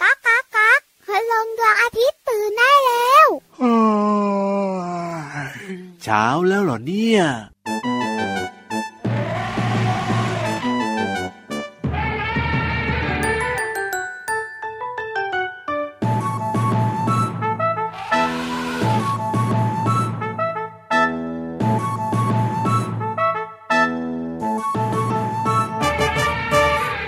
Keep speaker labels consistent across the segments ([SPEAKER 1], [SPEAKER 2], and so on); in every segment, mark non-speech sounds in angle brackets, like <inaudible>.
[SPEAKER 1] ก๊ากก๊ากก๊ากพลงดวงอาทิตย์ตื่นได้แล้ว
[SPEAKER 2] เช้าแล้วเหรอเนี่ย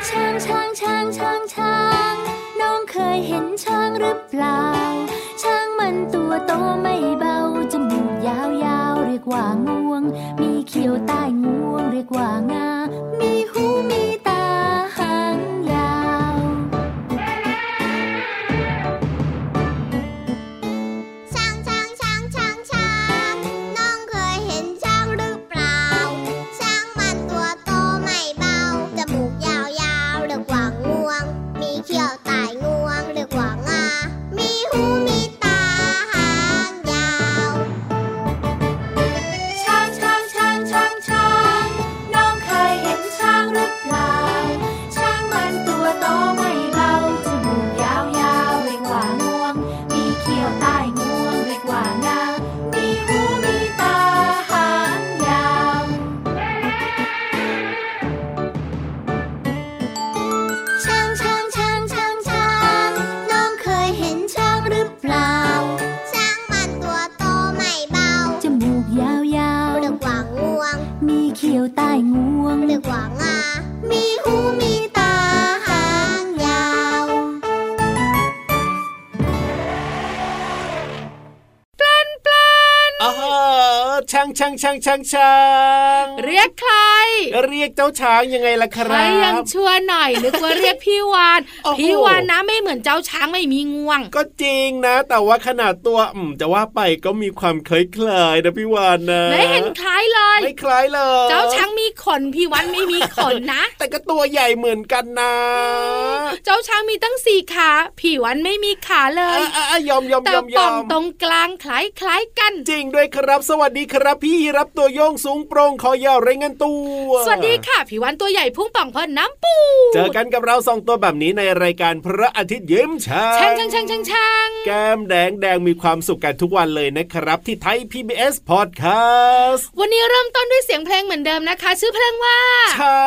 [SPEAKER 3] ช้างช้างช้างช้างช้างน้องเคยเห็นช้างหรือเปล่า ช้างมันตัวโตไม่เบาจมูกยาวยาวๆเรียกว่างวง มีเขียวใต้งวงเรียกว่างา มีหูมีตาหางยาว
[SPEAKER 1] ช้างช้างช้างช้างช้างน้องเคยเห็นช้างหรือเปล่า ช้างมันตัวโตไม่เบา จมูกยาวยาวๆเรียกว่างวง มีเขี้ยวตายงวงเรียกว่างา มีหูมีตาหางยาว
[SPEAKER 3] ช้างช้างช้างช้างช้างน้องเคยเห็นช้างหรือเปล่า ช้างมันตัวโตไม่เบาจมูกยาวยาวๆเรียกว่างวง มีเขียวใต้งวงเรียกว่างา มีหูมีตาหางยาว ช้างช้างช้างช้างช้างน้องเคยเห็นช้างหรือเปล่า
[SPEAKER 1] ช้างมันตัวโตไม่เบา
[SPEAKER 3] จมูกยาวยาว
[SPEAKER 1] เรียกว่างวง
[SPEAKER 3] ๆมีเขียวใต้งวง
[SPEAKER 1] เรียกว่างา มีหูมีตาหางยาว
[SPEAKER 4] อ๋อช่างช่างช่างช่างช่าง
[SPEAKER 5] เรียกใคร
[SPEAKER 4] เรียกเจ้าช้างยังไงล่ะค
[SPEAKER 5] ใคร
[SPEAKER 4] รั
[SPEAKER 5] ยัง
[SPEAKER 4] บ
[SPEAKER 5] ชั่วหน่อยนึกว่าเรียกพี่วาน
[SPEAKER 4] โอ้โห
[SPEAKER 5] พี่วานนะไม่เหมือนเจ้าช้างไม่มีงวง
[SPEAKER 4] ก็จริงนะ แต่ว่าขนาดตัวอืมจะว่าไปก็มีความคล้ายๆนะพี่วานนะ
[SPEAKER 5] ไม่เห็นคล้ายเลย
[SPEAKER 4] ไม่คล้ายเลย
[SPEAKER 5] เจ้าช้างมีขนพี่วันไม่มีขนนะ
[SPEAKER 4] แต่ก็ตัวใหญ่เหมือนกันนะ
[SPEAKER 5] เจ้าช้างมีตั้งสี่ขาพี่วันไม่มีขาเล
[SPEAKER 4] เอ้
[SPEAKER 5] ย
[SPEAKER 4] ยเอ้ยเอ้ยยอมยอม
[SPEAKER 5] แต่
[SPEAKER 4] ยอมย
[SPEAKER 5] ป่
[SPEAKER 4] อ
[SPEAKER 5] อง
[SPEAKER 4] ม
[SPEAKER 5] ตรงกลางคล้ายคล้ายๆกัน
[SPEAKER 4] จริงด้วยครับสวัสดีครับ พี่รับตัวโยงสูงโปร่งคอยาวไรงเงินตัว
[SPEAKER 5] สวัสดีค่ะพี่วันตัวใหญ่พุ่งป่องพอน้ำปู
[SPEAKER 4] <laughs> เจอกันกับเราสองตัวแบบนี้ในรายการพระอาทิตย์ยิ้มช่า
[SPEAKER 5] ช่างช่างช่างช่างช่าง
[SPEAKER 4] แก้มแดงแดงมีความสุขกันทุกวันเลยนะครับ ที่ไทย PBS Podcast
[SPEAKER 5] วันนี้เริ่มต้นด้วยเสียงเพลงเหมือนเดิมนะคะ ชื่อเพลงว่า
[SPEAKER 4] ช้า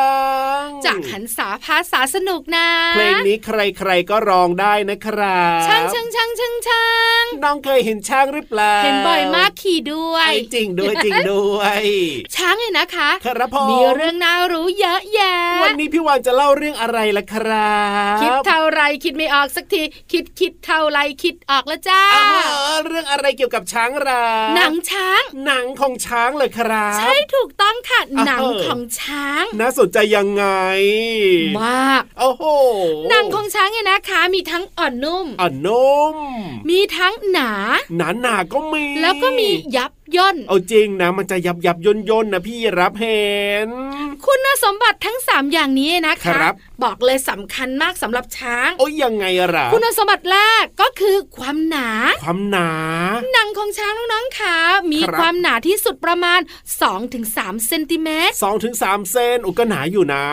[SPEAKER 4] ง
[SPEAKER 5] จากหันษาภาษาสนุกนะ
[SPEAKER 4] เพลงนี้ใครๆก็ร้องได้นะครับ
[SPEAKER 5] ช่างช่างช่างช่างช่าง
[SPEAKER 4] น้องเคยเห็นช้างหรือเปล่า
[SPEAKER 5] เห็นบ่อยมากขี่ด้วย
[SPEAKER 4] ไอ้จริงด้วยจริงด้วย
[SPEAKER 5] <laughs> ช้างเนี่ยนะคะ
[SPEAKER 4] ครับผม
[SPEAKER 5] มีเรื่องน่ารู้เยอะแยะ
[SPEAKER 4] วันนี้พี่วานจะเล่าเรื่องอะไรล่ะครับ
[SPEAKER 5] คิดเท่าไรคิดไม่ออกสักที คิดคิดเท่าไรคิดออกแล้วจ้า
[SPEAKER 4] อ๋อเรื่องอะไรเกี่ยวกับช้างเหรา
[SPEAKER 5] หนังช้าง
[SPEAKER 4] หนังของช้างเลยครับ
[SPEAKER 5] ใช่ถูกต้องค่ะ
[SPEAKER 4] อ่า
[SPEAKER 5] หนังของช้าง
[SPEAKER 4] น่าสนใจยังไง
[SPEAKER 5] มาก
[SPEAKER 4] โอ้โห
[SPEAKER 5] หนังของช้างเนี่ยนะคะ มีทั้งอ่อนนุ่ม
[SPEAKER 4] อ่ะนม
[SPEAKER 5] มีทั้งหนา
[SPEAKER 4] หนาหนาก็มี
[SPEAKER 5] แล้วก็มียับย่น
[SPEAKER 4] เอาจริงนะ มันจะยับยับย่นย่นๆนะพี่รับเห็น
[SPEAKER 5] คุณสมบัติทั้ง 3 อย่างนี้นะ
[SPEAKER 4] ค
[SPEAKER 5] คะ
[SPEAKER 4] รับ
[SPEAKER 5] บอกเลยสำคัญมากสำหรับช้าง
[SPEAKER 4] โอ้ยยังไงอะล่ะ
[SPEAKER 5] คุณสมบัติแรกก็คือความหนา
[SPEAKER 4] ความหนา
[SPEAKER 5] หนังของช้างน้องๆค่ะมี
[SPEAKER 4] ครับ
[SPEAKER 5] ความหนาที่สุดประมาณ 2-3เซนติเมตร
[SPEAKER 4] สองถึงสามเซนโอุก็หนาอยู่นะ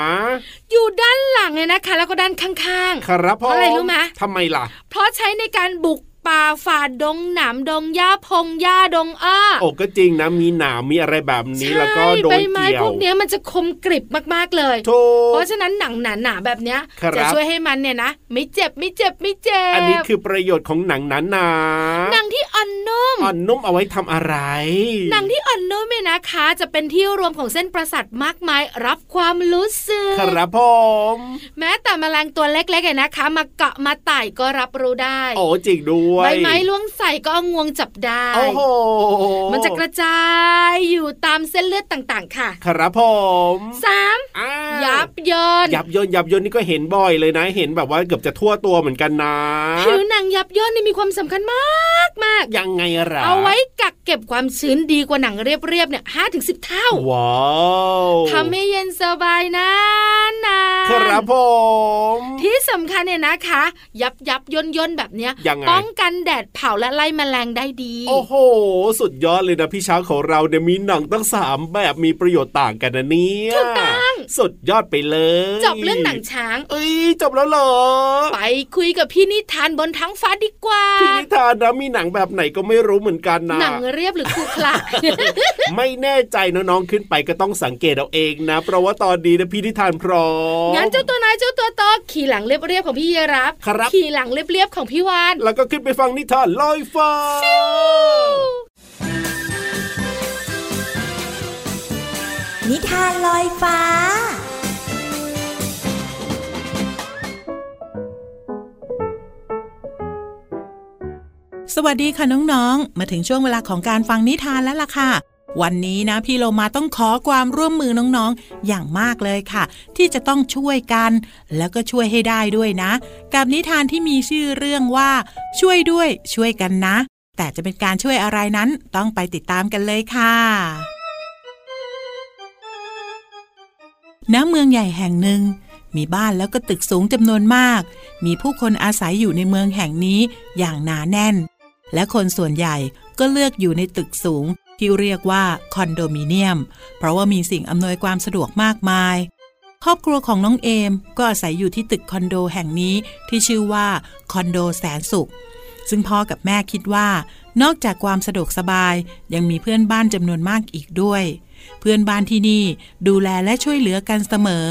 [SPEAKER 5] อยู่ด้านหลังเลยนะคะ แล้วก็ด้านข้าง
[SPEAKER 4] ครับ
[SPEAKER 5] เพราะอะไรรู้ไหม
[SPEAKER 4] ทำไมล่ะ
[SPEAKER 5] ๆ เพราะใช้ในการบุกป่าฝ่าดงหนามดงหญ้าพงหญ้าดงอ้อ
[SPEAKER 4] โอ้ก็จริงนะ มีหนามมีอะไรแบบนี้ แล้วก็โด
[SPEAKER 5] ใบ
[SPEAKER 4] น
[SPEAKER 5] ไม้
[SPEAKER 4] เกี่ย
[SPEAKER 5] พ
[SPEAKER 4] ว
[SPEAKER 5] วกเนี้ยมันจะคมกริบมากๆเลย
[SPEAKER 4] ถูก
[SPEAKER 5] เพราะฉะนั้นหนังหนาๆแบบเนี้ย
[SPEAKER 4] ครับ
[SPEAKER 5] จะช่วยให้มันเนี่ยนะ ไม่เจ็บไม่เจ็บไม่เจ็บ
[SPEAKER 4] อันนี้คือประโยชน์ของหนังหนาหนา
[SPEAKER 5] หนังที่อ่อนนุ่ม
[SPEAKER 4] อ่อนนุ่มเอาไว้ทำอะไร
[SPEAKER 5] หนังที่อ่อนนุ่มเนี่ยนะคะ จะเป็นที่รวมของเส้นประสาทมากมายรับความรู้สึก
[SPEAKER 4] ครับผม
[SPEAKER 5] แม้แต่แมลงตัวเล็กๆเนี่ยนะคะ มาเกาะมาไต่ก็รับรู้ได้
[SPEAKER 4] โอ้จริงด้วย
[SPEAKER 5] ใบไม้ล่วงใส่ก็เอางวงจับได้
[SPEAKER 4] โอ้โห
[SPEAKER 5] มันจะกระจายอยู่ตามเส้นเลือดต่างๆ ค่ะ
[SPEAKER 4] ครับผม
[SPEAKER 5] สาม
[SPEAKER 4] อ้า
[SPEAKER 5] ยั
[SPEAKER 4] ยั
[SPEAKER 5] บเยิน
[SPEAKER 4] ยับยนยับยนนี่ก็เห็นบ่อยเลยนะ เห็นแบบว่าเกือบจะทั่วตัวเหมือนกันนะ
[SPEAKER 5] ผิวหนังยับเยินนี่มีความสำคัญมากมากๆ
[SPEAKER 4] ยังไงหระ
[SPEAKER 5] เอาไว้กักเก็บความชื้นดีกว่าหนังเรียบๆเนี่ยห้าถึงสิบเท่า
[SPEAKER 4] ว้าว
[SPEAKER 5] ทำให้เย็นสบายนานๆ
[SPEAKER 4] ครับผม
[SPEAKER 5] ที่สำคัญเนี่ยนะคะ ยับยับย่นย่นแบบเนี้ย
[SPEAKER 4] ยังไง
[SPEAKER 5] ป้องกันแดดเผาและไล่แมลงได้ดี
[SPEAKER 4] โอ้โห สุดยอดเลยนะพี่ช้างของเราเนี่ยมีหนังตั้งสามแบบมีประโยชน์ต่างกันนะเนี่ย
[SPEAKER 5] ถูกต้อง
[SPEAKER 4] สุดยอดไปเลย
[SPEAKER 5] จบเรื่องหนังช้าง
[SPEAKER 4] เอ้ยจบแล้วเหรอ
[SPEAKER 5] ไปคุยกับพี่นิทานบนท้องฟ้าดีกว่า
[SPEAKER 4] พี่นิทานนะมีหนังแบบไหนก็ไม่รู้เหมือนกันนะ
[SPEAKER 5] หนังเรียบหรือครูคละ
[SPEAKER 4] <laughs> ไม่แน่ใจน้องๆขึ้นไปก็ต้องสังเกตเอาเองนะ เพราะว่าตอนนี้นะพี่นิทานพร้อม
[SPEAKER 5] งั้นเจ้าตัวน้อยเจ้าตัวโตขี่หลังเรียบๆของพี่ยีรับ
[SPEAKER 4] ครับ
[SPEAKER 5] ขี่หลังเรียบๆของพี่วาน
[SPEAKER 4] แล้วก็ขึ้นไปฟังนิทานลอยฟ้า
[SPEAKER 6] นิทานลอยฟ้า
[SPEAKER 7] สวัสดีค่ะน้องๆ มาถึงช่วงเวลาของการฟังนิทานแล้วล่ะค่ะ วันนี้นะพี่โลมาต้องขอความร่วมมือน้องๆ อย่างมากเลยค่ะ ที่จะต้องช่วยกัน แล้วก็ช่วยให้ได้ด้วยนะ กับนิทานที่มีชื่อเรื่องว่า ช่วยด้วยช่วยกันนะ แต่จะเป็นการช่วยอะไรนั้นต้องไปติดตามกันเลยค่ะ ณ เมืองใหญ่แห่งหนึ่ง มีบ้านแล้วก็ตึกสูงจำนวนมาก มีผู้คนอาศัยอยู่ในเมืองแห่งนี้อย่างหนาแน่น และคนส่วนใหญ่ก็เลือกอยู่ในตึกสูง ที่เรียกว่าคอนโดมิเนียม เพราะว่ามีสิ่งอำนวยความสะดวกมากมาย ครอบครัวของน้องเอมก็อาศัยอยู่ที่ตึกคอนโดแห่งนี้ที่ชื่อว่าคอนโดแสนสุข ซึ่งพ่อกับแม่คิดว่า นอกจากความสะดวกสบาย ยังมีเพื่อนบ้านจำนวนมากอีกด้วย เพื่อนบ้านที่นี่ดูแลและช่วยเหลือกันเสมอ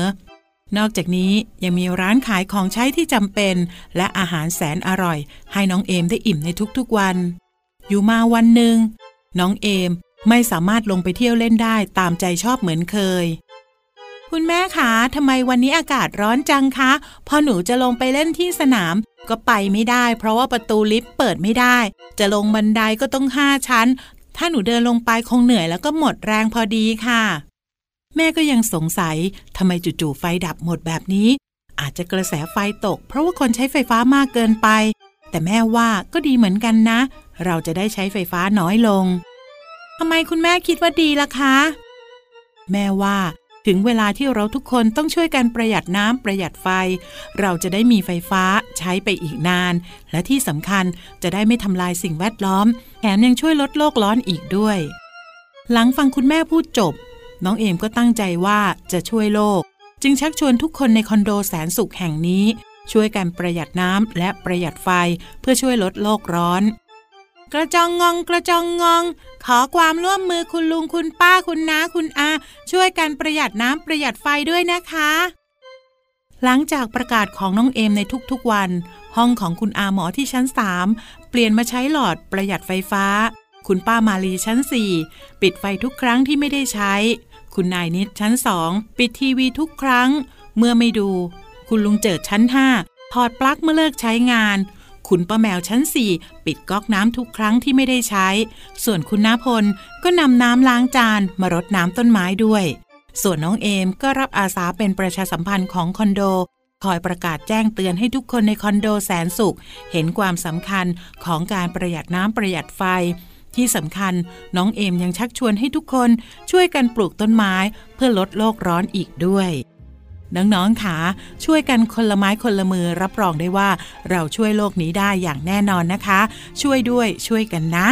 [SPEAKER 7] นอกจากนี้ยังมีร้านขายของใช้ที่จำเป็น และอาหารแสนอร่อย ให้น้องเอมได้อิ่มในทุกๆวัน อยู่มาวันหนึ่ง น้องเอมไม่สามารถลงไปเที่ยวเล่นได้ตามใจชอบเหมือนเคย คุณแม่คะทำไมวันนี้อากาศร้อนจังคะ พอหนูจะลงไปเล่นที่สนาม ก็ไปไม่ได้ เพราะว่าประตูลิฟต์เปิดไม่ได้ จะลงบันไดก็ต้องห้าชั้น ถ้าหนูเดินลงไปคงเหนื่อยแล้วก็หมดแรงพอดีค่ะ แม่ก็ยังสงสัยทำไมจู่ๆไฟดับหมดแบบนี้ อาจจะกระแสไฟตก เพราะว่าคนใช้ไฟฟ้ามากเกินไป แต่แม่ว่าก็ดีเหมือนกันนะ เราจะได้ใช้ไฟฟ้าน้อยลงทำไมคุณแม่คิดว่าดีล่ะคะ แม่ว่าถึงเวลาที่เราทุกคนต้องช่วยกันประหยัดน้ำประหยัดไฟ เราจะได้มีไฟฟ้าใช้ไปอีกนาน และที่สำคัญจะได้ไม่ทำลายสิ่งแวดล้อมแถมยังช่วยลดโลกร้อนอีกด้วย หลังฟังคุณแม่พูดจบ น้องเอมก็ตั้งใจว่าจะช่วยโลก จึงชักชวนทุกคนในคอนโดแสนสุขแห่งนี้ ช่วยกันประหยัดน้ำและประหยัดไฟเพื่อช่วยลดโลกร้อน กระจองงองกระจองงอง ขอความร่วมมือคุณลุงคุณป้าคุณน้าคุณอา ช่วยกันประหยัดน้ำประหยัดไฟด้วยนะคะ หลังจากประกาศของน้องเอมในทุกๆวัน ห้องของคุณอาหมอที่ชั้น 3 เปลี่ยนมาใช้หลอดประหยัดไฟฟ้า คุณป้ามาลีชั้น 4 ปิดไฟทุกครั้งที่ไม่ได้ใช้ คุณนายนิดชั้น 2 ปิดทีวีทุกครั้ง เมื่อไม่ดู คุณลุงเจิดชั้น 5 ถอดปลั๊กเมื่อเลิกใช้งาน คุณป้าแมวชั้น 4 ปิดก๊อกน้ำทุกครั้งที่ไม่ได้ใช้ ส่วนคุณน้าพลก็นำน้ำล้างจานมารดน้ำต้นไม้ด้วย ส่วนน้องเอมก็รับอาสาเป็นประชาสัมพันธ์ของคอนโด คอยประกาศแจ้งเตือนให้ทุกคนในคอนโดแสนสุข เห็นความสำคัญของการประหยัดน้ำประหยัดไฟ ที่สำคัญน้องเอมยังชักชวนให้ทุกคนช่วยกันปลูกต้นไม้เพื่อลดโลกร้อนอีกด้วย น้องๆค่ะช่วยกันคนละไม้คนละมือรับรองได้ว่า เราช่วยโลกนี้ได้อย่างแน่นอนนะคะ ช่วยด้วยช่วยกันนะ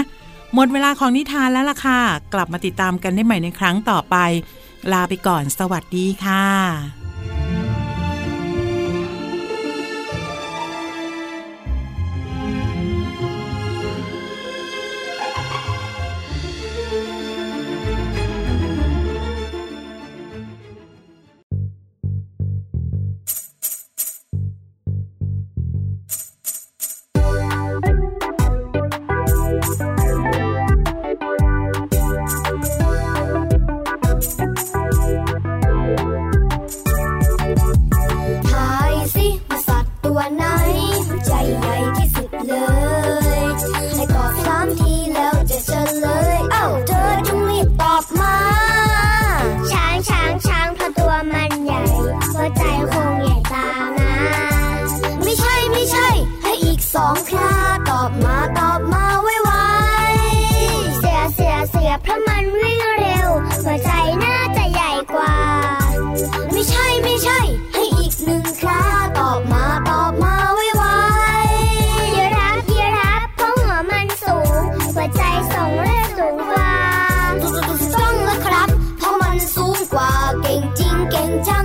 [SPEAKER 7] หมดเวลาของนิทานแล้วล่ะค่ะ กลับมาติดตามกันได้ใหม่ในครั้งต่อไป ลาไปก่อนสวัสดีค่ะ
[SPEAKER 8] ทายสิว่าสัตว์ตัวไหน ใจใหญ่ที่สุดเลย ให้ตอบสามทีแล้วจะเฉลย เอ้าเธอจงรีบตอบมา
[SPEAKER 1] ช้างช้างช้างเพราะตัวมันใหญ่หัวใจคงใหญ่ตามนะ
[SPEAKER 8] ไม่ใช่ไม่ใช่ ให้อีกสองคราตอบมาตอบมาไวไว
[SPEAKER 1] เสือเสือเสือเพราะมันวิ่งเร็ว หัวใจน่าจะใหญ่กว่า
[SPEAKER 8] ๆไม่ใช่ไม่ใช่ ให้อีกหนึ่งคราตอบมาตอบมาไวไวๆ
[SPEAKER 1] ยีราฟยีราฟเพราะหัวมันสูง หัวใจส่งเลือดสูงกว่า
[SPEAKER 8] ถูกต้องแล้วครับ เพราะมันสูงกว่าเก่งจริงเก่งจัง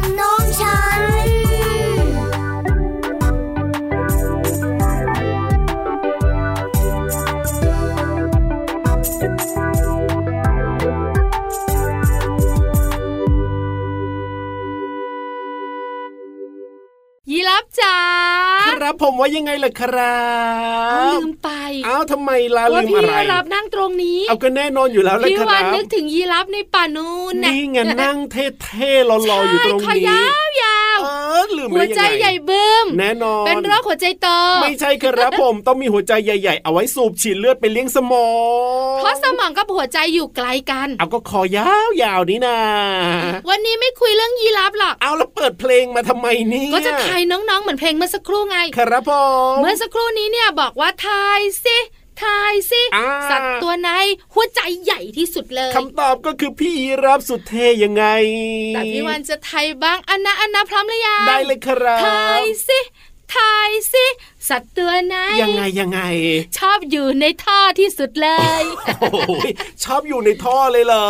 [SPEAKER 5] ยีรับจ๋า
[SPEAKER 4] ครับผมว่ายังไงล่ะครั
[SPEAKER 5] เอา
[SPEAKER 4] บ
[SPEAKER 5] ลืมไป
[SPEAKER 4] เอ้าวทำไมล่ะ
[SPEAKER 5] ว่า
[SPEAKER 4] ลืม
[SPEAKER 5] พี่
[SPEAKER 4] อะไร
[SPEAKER 5] ยีรับนั่งตรงนี้
[SPEAKER 4] เอาก็แน่นอนอยู่แล้วล่ะ
[SPEAKER 5] พี่
[SPEAKER 4] ค
[SPEAKER 5] วั
[SPEAKER 4] รั
[SPEAKER 5] น
[SPEAKER 4] บ
[SPEAKER 5] นึกถึงยีรับในป่านู้น
[SPEAKER 4] นี่ไงนั่งเท่ๆรอๆอยู่ตรง
[SPEAKER 5] ใช่คอ
[SPEAKER 4] นี้
[SPEAKER 5] ยาวยาว
[SPEAKER 4] เออลืม
[SPEAKER 5] หัว
[SPEAKER 4] ได้ยังไง
[SPEAKER 5] ใจใหญ่บึ้ม
[SPEAKER 4] แน่นอน
[SPEAKER 5] เป็นโรคหัวใจโต
[SPEAKER 4] ไม่ใช่ครับผม
[SPEAKER 5] <laughs>
[SPEAKER 4] ต้องมีหัวใจใหญ่ๆ เอาไว้สูบฉีดเลือดไปเลี้ยงสมอง
[SPEAKER 5] เพราะสมองกับหัวใจอยู่ไกลกัน
[SPEAKER 4] เอาก็คอยาวๆนี่นะ
[SPEAKER 5] วันนี้ไม่คุยเรื่องยีรับหรอก
[SPEAKER 4] เอาแล้วเปิดเพลงมาทำไมเนี่ย
[SPEAKER 5] ก็จะทายน้องๆ เหมือนเพลงเมื่อสักครู่ไง
[SPEAKER 4] ครับผม
[SPEAKER 5] เมื่อสักครู่นี้เนี่ยบอกว่าทายสิทายสิ
[SPEAKER 4] อ่า
[SPEAKER 5] สัตว์ตัวไหนหัวใจใหญ่ที่สุดเลย
[SPEAKER 4] คำตอบก็คือพี่ยีรับสุดเท่ยังไง
[SPEAKER 5] แต่พี่วันจะทายบ้างอันนะอันนะพร้อมหรือยัง
[SPEAKER 4] ได้เลยครับ
[SPEAKER 5] ทายสิทายสิสัตว์ตัวไหน
[SPEAKER 4] ยังไงยังไง
[SPEAKER 5] ชอบอยู่ในท่อที่สุดเลย
[SPEAKER 4] โอ้โหชอบอยู่ในท่อเลยเหรอ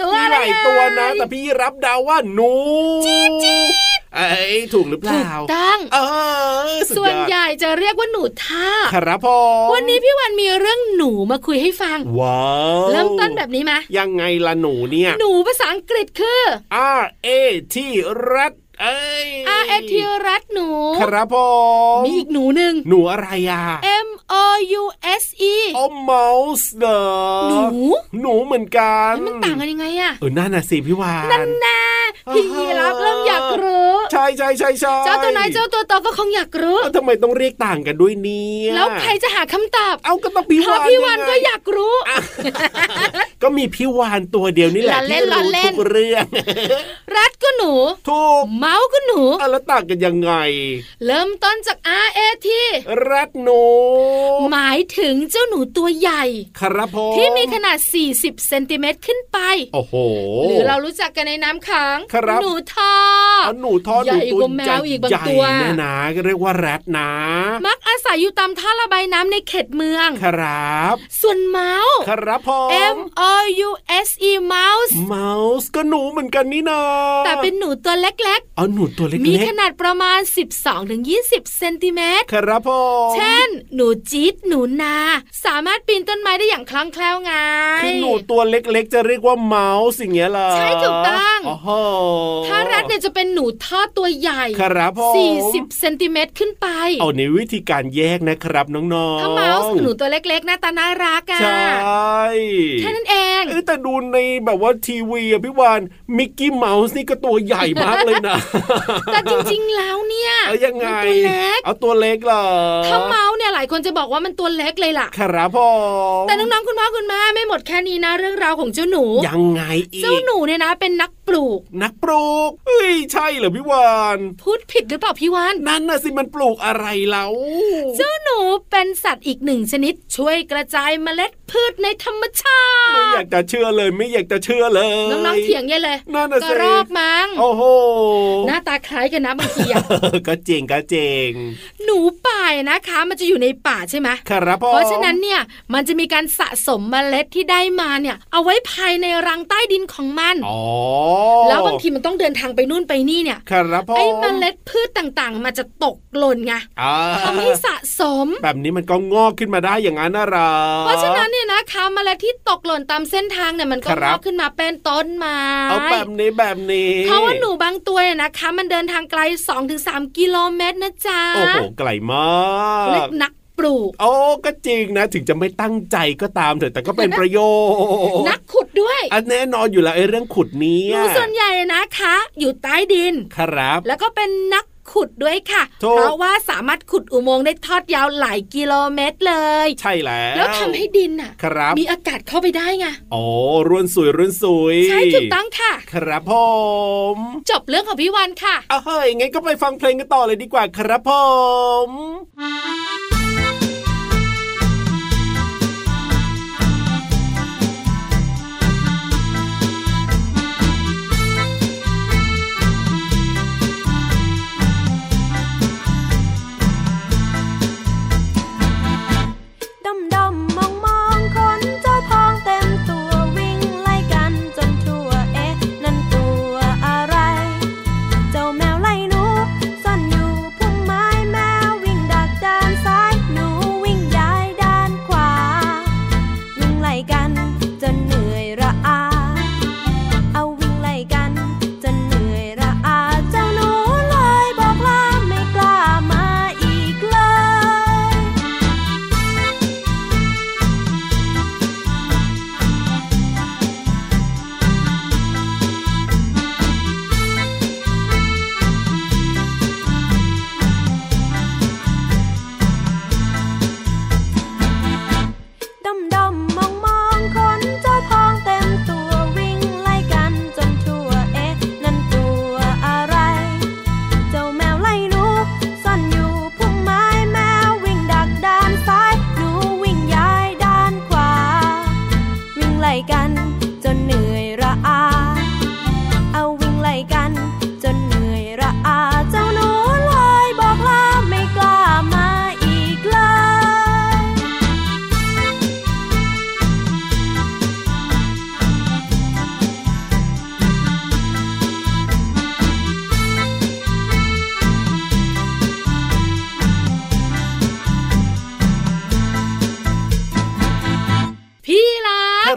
[SPEAKER 5] ตัว
[SPEAKER 4] มีหลาย
[SPEAKER 5] อะไร
[SPEAKER 4] ตัวนะ แต่พี่ยีรับเดาวว่าหนูไอ้ยถูกหรือเปล่า
[SPEAKER 5] ตั้ง
[SPEAKER 4] เออดยอด
[SPEAKER 5] ส่วนใหญ่จะเรียกว่าหนูท่า
[SPEAKER 4] ครับผม
[SPEAKER 5] วันนี้พี่วันมีเรื่องหนูมาคุยให้ฟัง
[SPEAKER 4] ว้าว
[SPEAKER 5] เริ่มต้นแบบนี้ไหม
[SPEAKER 4] ยังไงล่ะหนูเนี่ย
[SPEAKER 5] หนูภาษาอังกฤษคือ
[SPEAKER 4] R A T รัดเอ้ย
[SPEAKER 5] R S T รัดหนู
[SPEAKER 4] ครับผม
[SPEAKER 5] มีอีกหนูหนึ่ง
[SPEAKER 4] หนูอะไรอ่ะ
[SPEAKER 5] M O U S E
[SPEAKER 4] โอ้เมาส์เหรอ
[SPEAKER 5] หนู
[SPEAKER 4] หนูเหมือนกัน
[SPEAKER 5] แล้วมันต่างกันยังไงอะ
[SPEAKER 4] เออนั่นน่ะสิพี่วาน
[SPEAKER 5] นั่นนะพี่ยีรับเริ่มอยากรู้
[SPEAKER 4] ใช่ใช่ใช่ใช่
[SPEAKER 5] เจ้าตัวไหนเจ้าตัวโตก็คงอยากรู้
[SPEAKER 4] เอ้าทำไมต้องเรียกต่างกันด้วยเนี่ย
[SPEAKER 5] แล้วใครจะหาคำตอบ
[SPEAKER 4] เอ้าก็ต้องพี่
[SPEAKER 5] เพราะ
[SPEAKER 4] วาน
[SPEAKER 5] พี่วัน
[SPEAKER 4] ไง
[SPEAKER 5] ก็อยากรู้
[SPEAKER 4] อ่ะก็มีพี่วานตัวเดียวนี่แหละ
[SPEAKER 5] ล้อเล่
[SPEAKER 4] ที่
[SPEAKER 5] นล้อ
[SPEAKER 4] รู้
[SPEAKER 5] เล่
[SPEAKER 4] ทุ
[SPEAKER 5] น
[SPEAKER 4] กเรื่อง
[SPEAKER 5] รัดก็หนู
[SPEAKER 4] ถูก
[SPEAKER 5] เมาส์ก็หนู
[SPEAKER 4] อ่ะแล้วต่างกันยังไง
[SPEAKER 5] เริ่มต้นจาก R A T
[SPEAKER 4] รัดหนู
[SPEAKER 5] หมายถึงเจ้าหนูตัวใหญ่
[SPEAKER 4] ครับผม
[SPEAKER 5] ที่มีขนาด 40 เซนติเมตรขึ้นไป
[SPEAKER 4] โอ้โห
[SPEAKER 5] หรือเรารู้จักกันในน้ำขัง
[SPEAKER 4] ครับ
[SPEAKER 5] หนูทอ
[SPEAKER 4] เอาหนูทอด
[SPEAKER 5] ใหญ่
[SPEAKER 4] นู
[SPEAKER 5] กว่าแมวอีกบางตัว
[SPEAKER 4] ใหญ่เนี่ยนะก็เรียกว่าแรดนะ
[SPEAKER 5] มักอาศัยอยู่ตามท่าระบายน้ำในเขตเมือง
[SPEAKER 4] ครับ
[SPEAKER 5] ส่วนเมาส์
[SPEAKER 4] ครับผม
[SPEAKER 5] M O U S E mouse
[SPEAKER 4] เมาส์ก็หนูเหมือนกันนี่นา
[SPEAKER 5] แต่เป็นหนูตัวเล็ก
[SPEAKER 4] เอาหนูตัวเล็กๆ
[SPEAKER 5] ๆมีขนาดประมาณ 12-20 เซนติเมตร
[SPEAKER 4] ครับผม
[SPEAKER 5] เช่น หนูจี๊ดหนูนา สามารถปีนต้นไม้ได้อย่างคล่องแคล่วไง
[SPEAKER 4] คือหนูตัวเล็กๆ จะเรียกว่าเมาส์สิ่างเงี้ยเหรอ
[SPEAKER 5] ใช่ถูกต้อง
[SPEAKER 4] โอ้โห
[SPEAKER 5] ถ้ารัดเนี่ยจะเป็นหนูท่อตัวใหญ่
[SPEAKER 4] ครับผม
[SPEAKER 5] 40 เซนติเมตรขึ้นไป
[SPEAKER 4] เอาในวิธีการแยกนะครับน้องๆ
[SPEAKER 5] ถ้าเมาส์หนูตัวเล็กๆหน้าตาน่ารักอะ
[SPEAKER 4] ใช่
[SPEAKER 5] แค่นั้นเอง
[SPEAKER 4] เอ้ยแต่ดูในแบบว่าทีวีอะพี่วานมิกกี้เมาส์นี่ก็ตัวใหญ่มากเลยนะ
[SPEAKER 5] <laughs> แต่จริงๆแล้วเนี่ย
[SPEAKER 4] เอายังไง
[SPEAKER 5] มันตัวเล็ก
[SPEAKER 4] เอาตัวเล็กเหรอ
[SPEAKER 5] ถ้าเมาส์เนี่ยหลายคนจะบอกว่ามันตัวเล็กเลยล่ะ
[SPEAKER 4] ครับผม
[SPEAKER 5] แต่น้องๆคุณพ่อคุณแม่ไม่หมดแค่นี้นะ เรื่องราวของเจ้าหนู
[SPEAKER 4] ยังไงอี
[SPEAKER 5] เจ้าก หนูเนี่ยนะ เป็นนักปลูก
[SPEAKER 4] นักปลูกเอ้ย ใช่เหรอพี่วาน
[SPEAKER 5] พูดผิดหรือเปล่าพี่วาน
[SPEAKER 4] นั่นน่ะสิมันปลูกอะไรแล้ว
[SPEAKER 5] เจ้าหนูเป็นสัตว์อีกหนึ่งชนิด ช่วยกระจายเมล็ดพืชในธรรมชา
[SPEAKER 4] ไม่อยาก
[SPEAKER 5] ติ
[SPEAKER 4] จะเชื่อเลยไม่อยากจะเชื่อเลย
[SPEAKER 5] น้องๆเถียงใหญ่เลย
[SPEAKER 4] นั่นน่ะ
[SPEAKER 5] ก
[SPEAKER 4] สิ
[SPEAKER 5] ระรอกมั้ง
[SPEAKER 4] โอ้โห
[SPEAKER 5] หน้าตาคล้ายกันนะบางทีอะ
[SPEAKER 4] เออก็เจ๋งก็เจ๋ง
[SPEAKER 5] หนูป่าเนี่ยนะคะ มันจะอยู่ในป่าใช่ไหม
[SPEAKER 4] ครับผม
[SPEAKER 5] เพราะฉะนั้นเนี่ยมันจะมีการสะสมเมล็ดที่ได้มาเนี่ย เอาไว้ภายในรังใต้ดินของมัน
[SPEAKER 4] อ๋อ
[SPEAKER 5] แล้วบางทีมันต้องเดินทางไปนู่นไปนี่เนี่ย
[SPEAKER 4] ครับผม
[SPEAKER 5] ไอ้เมล็ดพืชต่างๆ มันจะตกหล่นไง
[SPEAKER 4] อ่า
[SPEAKER 5] ทำให้สะสม
[SPEAKER 4] แบบนี้มันก็งอกขึ้นมาได้อย่างนั้นนะหรอ
[SPEAKER 5] เพราะฉะนั้นเนี่ยนะคะเมล็ดที่ตกหล่นตามเส้นทางเนี่ยมันก็
[SPEAKER 4] ครั
[SPEAKER 5] ง
[SPEAKER 4] บ
[SPEAKER 5] อกขึ้นมาเป็นต้นไม้
[SPEAKER 4] เอาแบบนี้แบบนี้
[SPEAKER 5] เพราะว่าหนูบางตัวเนี่ยนะคะ มันเดินทางไกล 2-3 กิโลเมตรนะจ๊ะ
[SPEAKER 4] โอ้โหไกลมาก
[SPEAKER 5] เล็กนักปลูก
[SPEAKER 4] โอ้ก็จริงนะ ถึงจะไม่ตั้งใจก็ตามเถอะแต่ก็เป็นประโยชน์
[SPEAKER 5] นักขุดด้วย
[SPEAKER 4] อันแน่นอนอยู่แล้วไอ้เรื่องขุดเนี้
[SPEAKER 5] หนูส่วนใหญ่นะคะ อยู่ใต้ดิน
[SPEAKER 4] ครับ
[SPEAKER 5] แล้วก็เป็นนักขุดด้วยค่ะ
[SPEAKER 4] ถูก
[SPEAKER 5] เพราะว่าสามารถขุดอุโมงค์ได้ทอดยาวหลายกิโลเมตรเลย
[SPEAKER 4] ใช่แล้ว
[SPEAKER 5] แล้วทำให้ดินอ่ะ
[SPEAKER 4] ครับ
[SPEAKER 5] มีอากาศเข้าไปได้ไง
[SPEAKER 4] โอ้รุ่นสวยรุ่นสวย
[SPEAKER 5] ใช่ถูกต้องค่ะ
[SPEAKER 4] ครับผม
[SPEAKER 5] จบเรื่องของพี่วันค่ะ
[SPEAKER 4] เอาเฮ้ยงั้นก็ไปฟังเพลงกันต่อเลยดีกว่าครับผม
[SPEAKER 8] ดมดมมองมองคนเจ้าพองเต็มตัววิ่งไล่กันจนทั่วเอ๊ะ นั่นตัวอะไร เจ้าแมวไล่หนูซ่อนอยู่พุ่มไม้แมววิ่งดักได้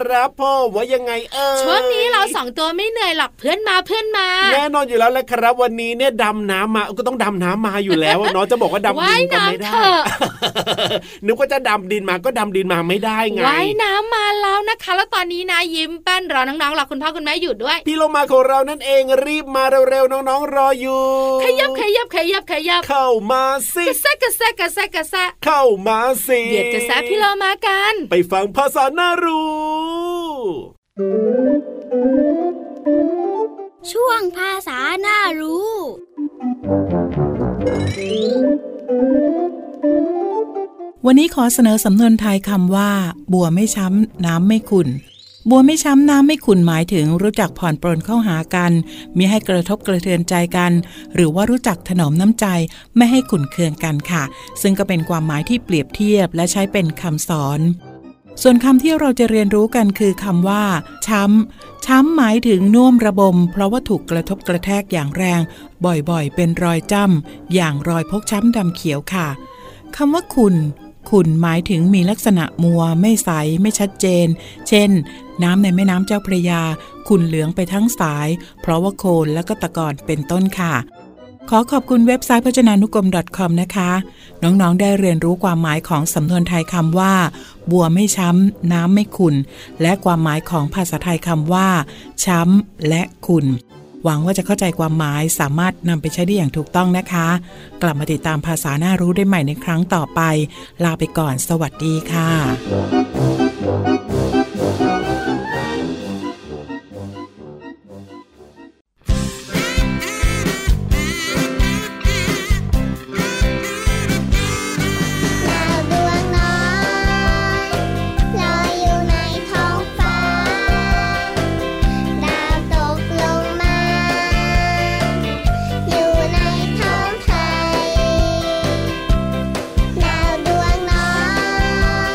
[SPEAKER 4] ครับพ่อว่ายังไงเออ
[SPEAKER 5] ช่วงนี้เราสองตัวไม่เหนื่อยหรอกเพื่อนมาเพื่อนมา
[SPEAKER 4] แน่นอนอยู่แล้วแหละครับวันนี้เนี่ยดำน้ำมาก็ต้องดำน้ำมาอยู่แล้วอะเนาะจะบอกว่าดำดิ
[SPEAKER 5] ว่าย
[SPEAKER 4] นก็ไม่
[SPEAKER 5] น้ำ
[SPEAKER 4] ได้
[SPEAKER 5] เถอะ
[SPEAKER 4] นึกว่าจะดำดินมาก็ดำดินมาไม่ได้ <laughs> ไง
[SPEAKER 5] ว่ายน้ำมาแล้วนะคะ แล้วตอนนี้นะยิ้มแป้นรอน้องๆรอคุณพ่อคุณแม่อยู่ด้วย
[SPEAKER 4] พี่โลมาของเรานั่นเองรีบมาเร็วๆน้องๆ รออยู่
[SPEAKER 5] ขยับขยับขยับขยับ
[SPEAKER 4] เข้ามาสิ
[SPEAKER 5] กระแซะกระแซะกระแซะกระแซะ
[SPEAKER 4] เข้ามาสิ
[SPEAKER 5] เบียดกระแซะพี่เรามากัน
[SPEAKER 4] ไปฟังภาษาหน้ารู้
[SPEAKER 8] ช่วงภาษาหน้ารู้
[SPEAKER 7] วันนี้ขอเสนอสำนวนไทยคำว่า บัวไม่ช้ำน้ำไม่ขุ่น บัวไม่ช้ำน้ำไม่ขุ่นหมายถึงรู้จักผ่อนปรนเข้าหากัน มิให้กระทบกระเทือนใจกัน หรือว่ารู้จักถนอมน้ำใจไม่ให้ขุ่นเคืองกันค่ะ ซึ่งก็เป็นความหมายที่เปรียบเทียบและใช้เป็นคำสอน ส่วนคำที่เราจะเรียนรู้กันคือคำว่า ช้ำ ช้ำหมายถึงน่วมระบม เพราะว่าถูกกระทบกระแทกอย่างแรง บ่อยๆ เป็นรอยจ้ำอย่างรอยพกช้ำดำเขียวค่ะคำว่าขุ่นขุ่นหมายถึงมีลักษณะมัว ไม่ใส ไม่ชัดเจน เช่น น้ำในแม่น้ำเจ้าพระยา ขุ่นเหลืองไปทั้งสาย เพราะว่าโคลนและก็ตะกอนเป็นต้นค่ะ ขอขอบคุณเว็บไซต์พจนานุกรม .com นะคะ น้องๆ ได้เรียนรู้ความหมายของสำนวนไทยคำว่า บัวไม่ช้ำ น้ำไม่ขุ่น และความหมายของภาษาไทยคำว่า ช้ำ และขุ่น หวังว่าจะเข้าใจความหมายสามารถนำไปใช้ได้อย่างถูกต้องนะคะ กลับมาติดตามภาษาหน้ารู้ได้ใหม่ในครั้งต่อไป ลาไปก่อน สวัสดีค่ะ
[SPEAKER 1] ดาวดวงน้อยลอยอยู่ในท้องฟ้า ดาวตกลงมา อยู่ในท้องไทยดาวดวงน้อย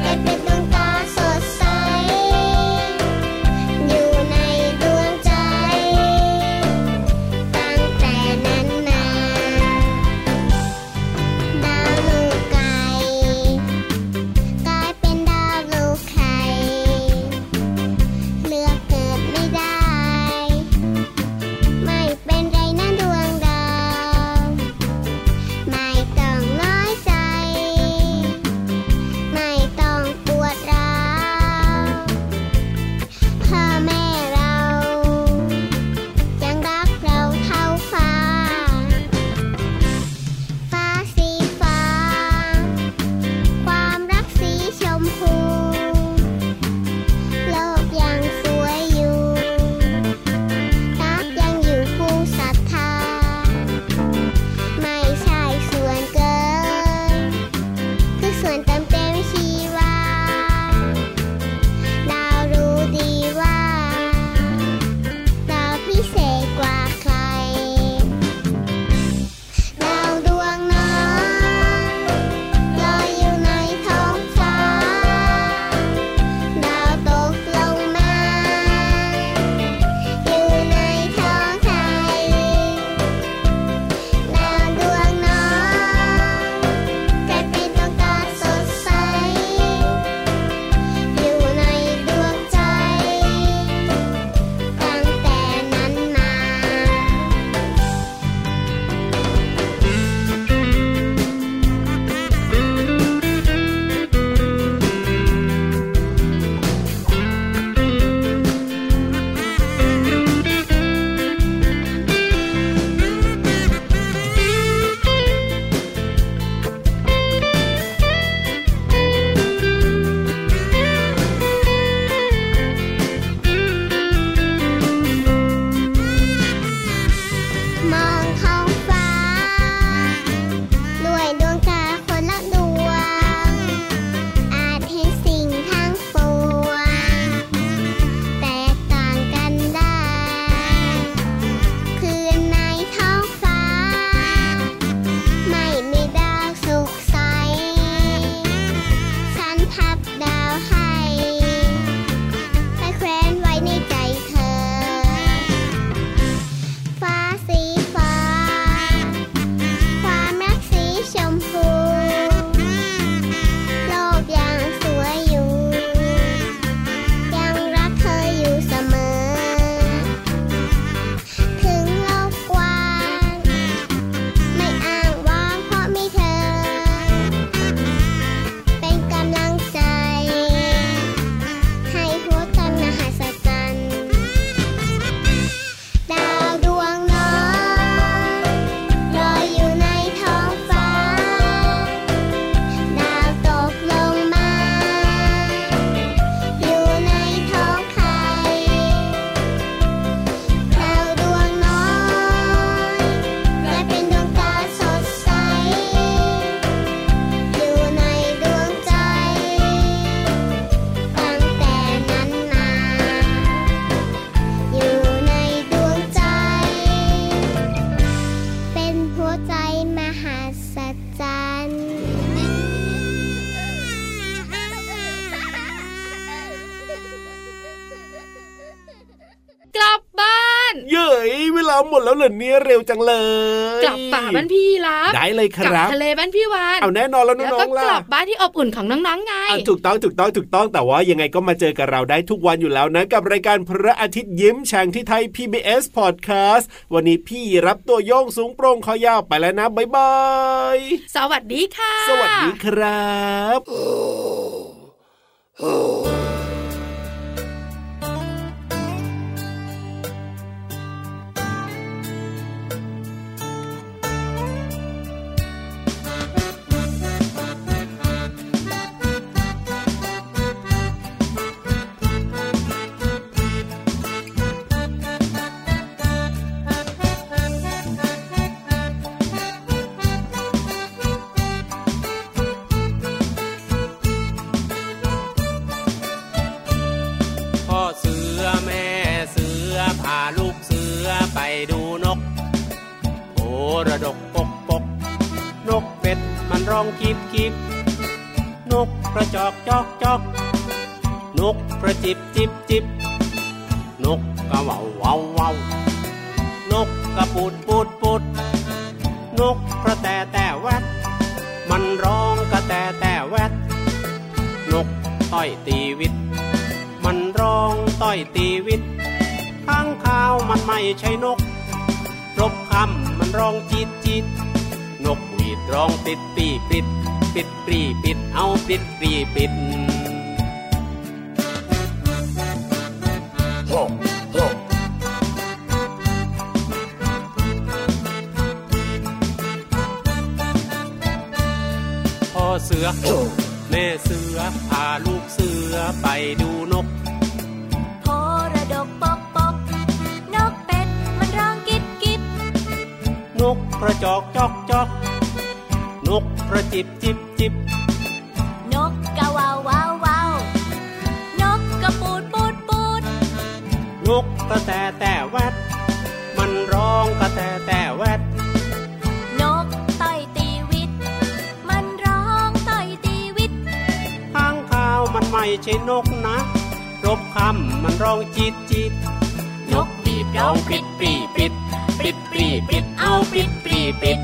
[SPEAKER 1] เปลี่ยนเป็นดวงตาส หัศจรรย์
[SPEAKER 5] กลับบ้าน
[SPEAKER 4] เย้ยเวลาหมดแล้วเหรอเนี่ยเร็วจังเลย
[SPEAKER 5] กลับป่าบ้านพี่ยีรับ
[SPEAKER 4] ได้เลยค
[SPEAKER 5] กลั
[SPEAKER 4] รับ
[SPEAKER 5] ทะเลบ้านพี่วาน
[SPEAKER 4] เอาแน่นอนแล้ว
[SPEAKER 5] แล้ว
[SPEAKER 4] น้
[SPEAKER 5] ก็
[SPEAKER 4] องๆ
[SPEAKER 5] ก
[SPEAKER 4] ล่ะ
[SPEAKER 5] ลับบ้านที่อบอุ่นของน้องๆไง
[SPEAKER 4] อ่ะถูกต้องถูกต้องถูกต้องแต่ว่ายังไงก็มาเจอกับเราได้ทุกวันอยู่แล้วนะ กับรายการพระอาทิตย์ยิ้มแฉ่งที่ไทย PBS Podcast วันนี้พี่รับตัวโยงสูงโปร่งคอยาวไปแล้วนะบ๊ายบาย
[SPEAKER 5] สวัสดีค่ะ
[SPEAKER 4] สวัสดีครับ
[SPEAKER 9] พ่อเสือแม่เสือพาลูกเสือไปดูนกโอระดกปกปก นกเป็ดมันร้องคิบคิบนกกระจอกจอกจอก นกกระจิบจิบจิบ นกกระเหว่าเว่าเว่านกกระปูดปูดปูด นกกระแตแต่แวดมันร้องกระแตแต่แวดนกต้อยตีวิต มันร้องต้อยตีวิตข้างข้าวมันไม่ใช่นก รบคำมันร้องจิตจิต นกหวีดร้องปิดปีปิด ปิดปรีปิดเอาปิดปรีปิด พ่อเสือ แม่เสือพาลูกเสือไปดูนก
[SPEAKER 8] โพระดกปกปก นกเป็ดมันร้องกิบกิบ
[SPEAKER 9] นกกระจอกจอกจอก นกกระจิบจิบจิบ
[SPEAKER 8] นกกะว่าววาววาวนกกระปูดปูดปูด
[SPEAKER 9] นกกระแตแต่แวดมันร้องกระแตแต่แวด
[SPEAKER 8] นกต่อยตีวิต มันร้องต่อยตีวิต
[SPEAKER 9] ข้างข้าวมันไม่ใช่นกนะ รบคำมันร้องจิตจิต นกปีบร้องปิดปีปิด ปิดปีปิดเอาปิดปีปิด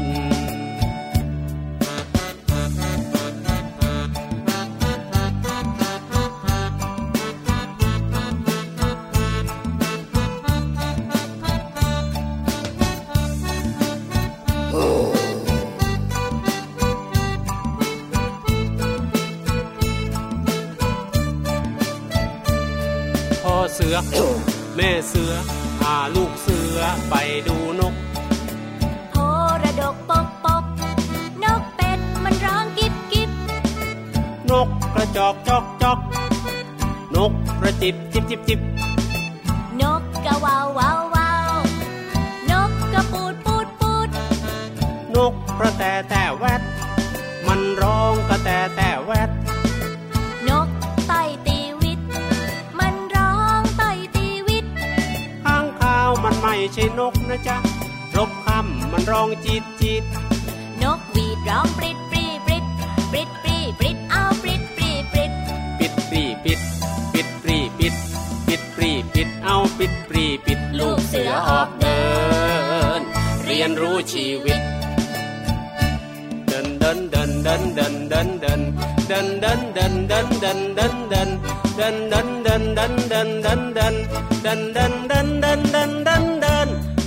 [SPEAKER 9] พ่อเสือ แม่เสือพาลูกเสือไปดูนก
[SPEAKER 8] โพระดกปกปก นกเป็ดมันร้องกิบกิบ
[SPEAKER 9] นกกระจอกจอกจอก นกกระจิบจิบจิบจิบ
[SPEAKER 8] นกกะว่าววาววาวนกกระปูดปูดปูด
[SPEAKER 9] นกกระแตแต่แวดมันร้องกระแตแต่แวด
[SPEAKER 8] นกต่อยตีวิต มันร้องต่อยตีวิต
[SPEAKER 9] ข้างข้าวมันไม่ใช่นกนะจ๊ะ รบคำมันร้องจิตจิต
[SPEAKER 8] นกหวีดร้องปริดปรีปริดปริดปรีปริดเอาปริดปรีปริด
[SPEAKER 9] ปิดปรีปิด ปิดปรีปิด ปิดปรีปิดเอาปิดปรีปิดลูกเสือออกเดิน เรียนรู้ชีวิต เดินเดินเดินเดินเดินเดินเดินเดินเดินเดินเดินเดินเดินเดินเดินเดินเดินเดินเดินเดินเดินเดินเดินเดิน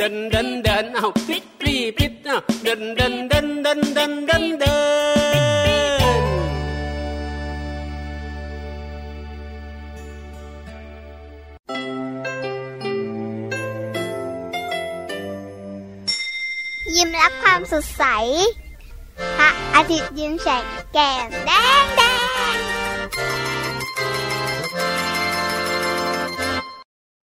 [SPEAKER 9] ดันดันดันอ้าวปิดปรีปิดอ้าวดันดันดันดันดันดันดัน
[SPEAKER 1] ยิ้มรับความสดใส พระอาทิตย์ยิ้มแฉกแก้มแดงแดง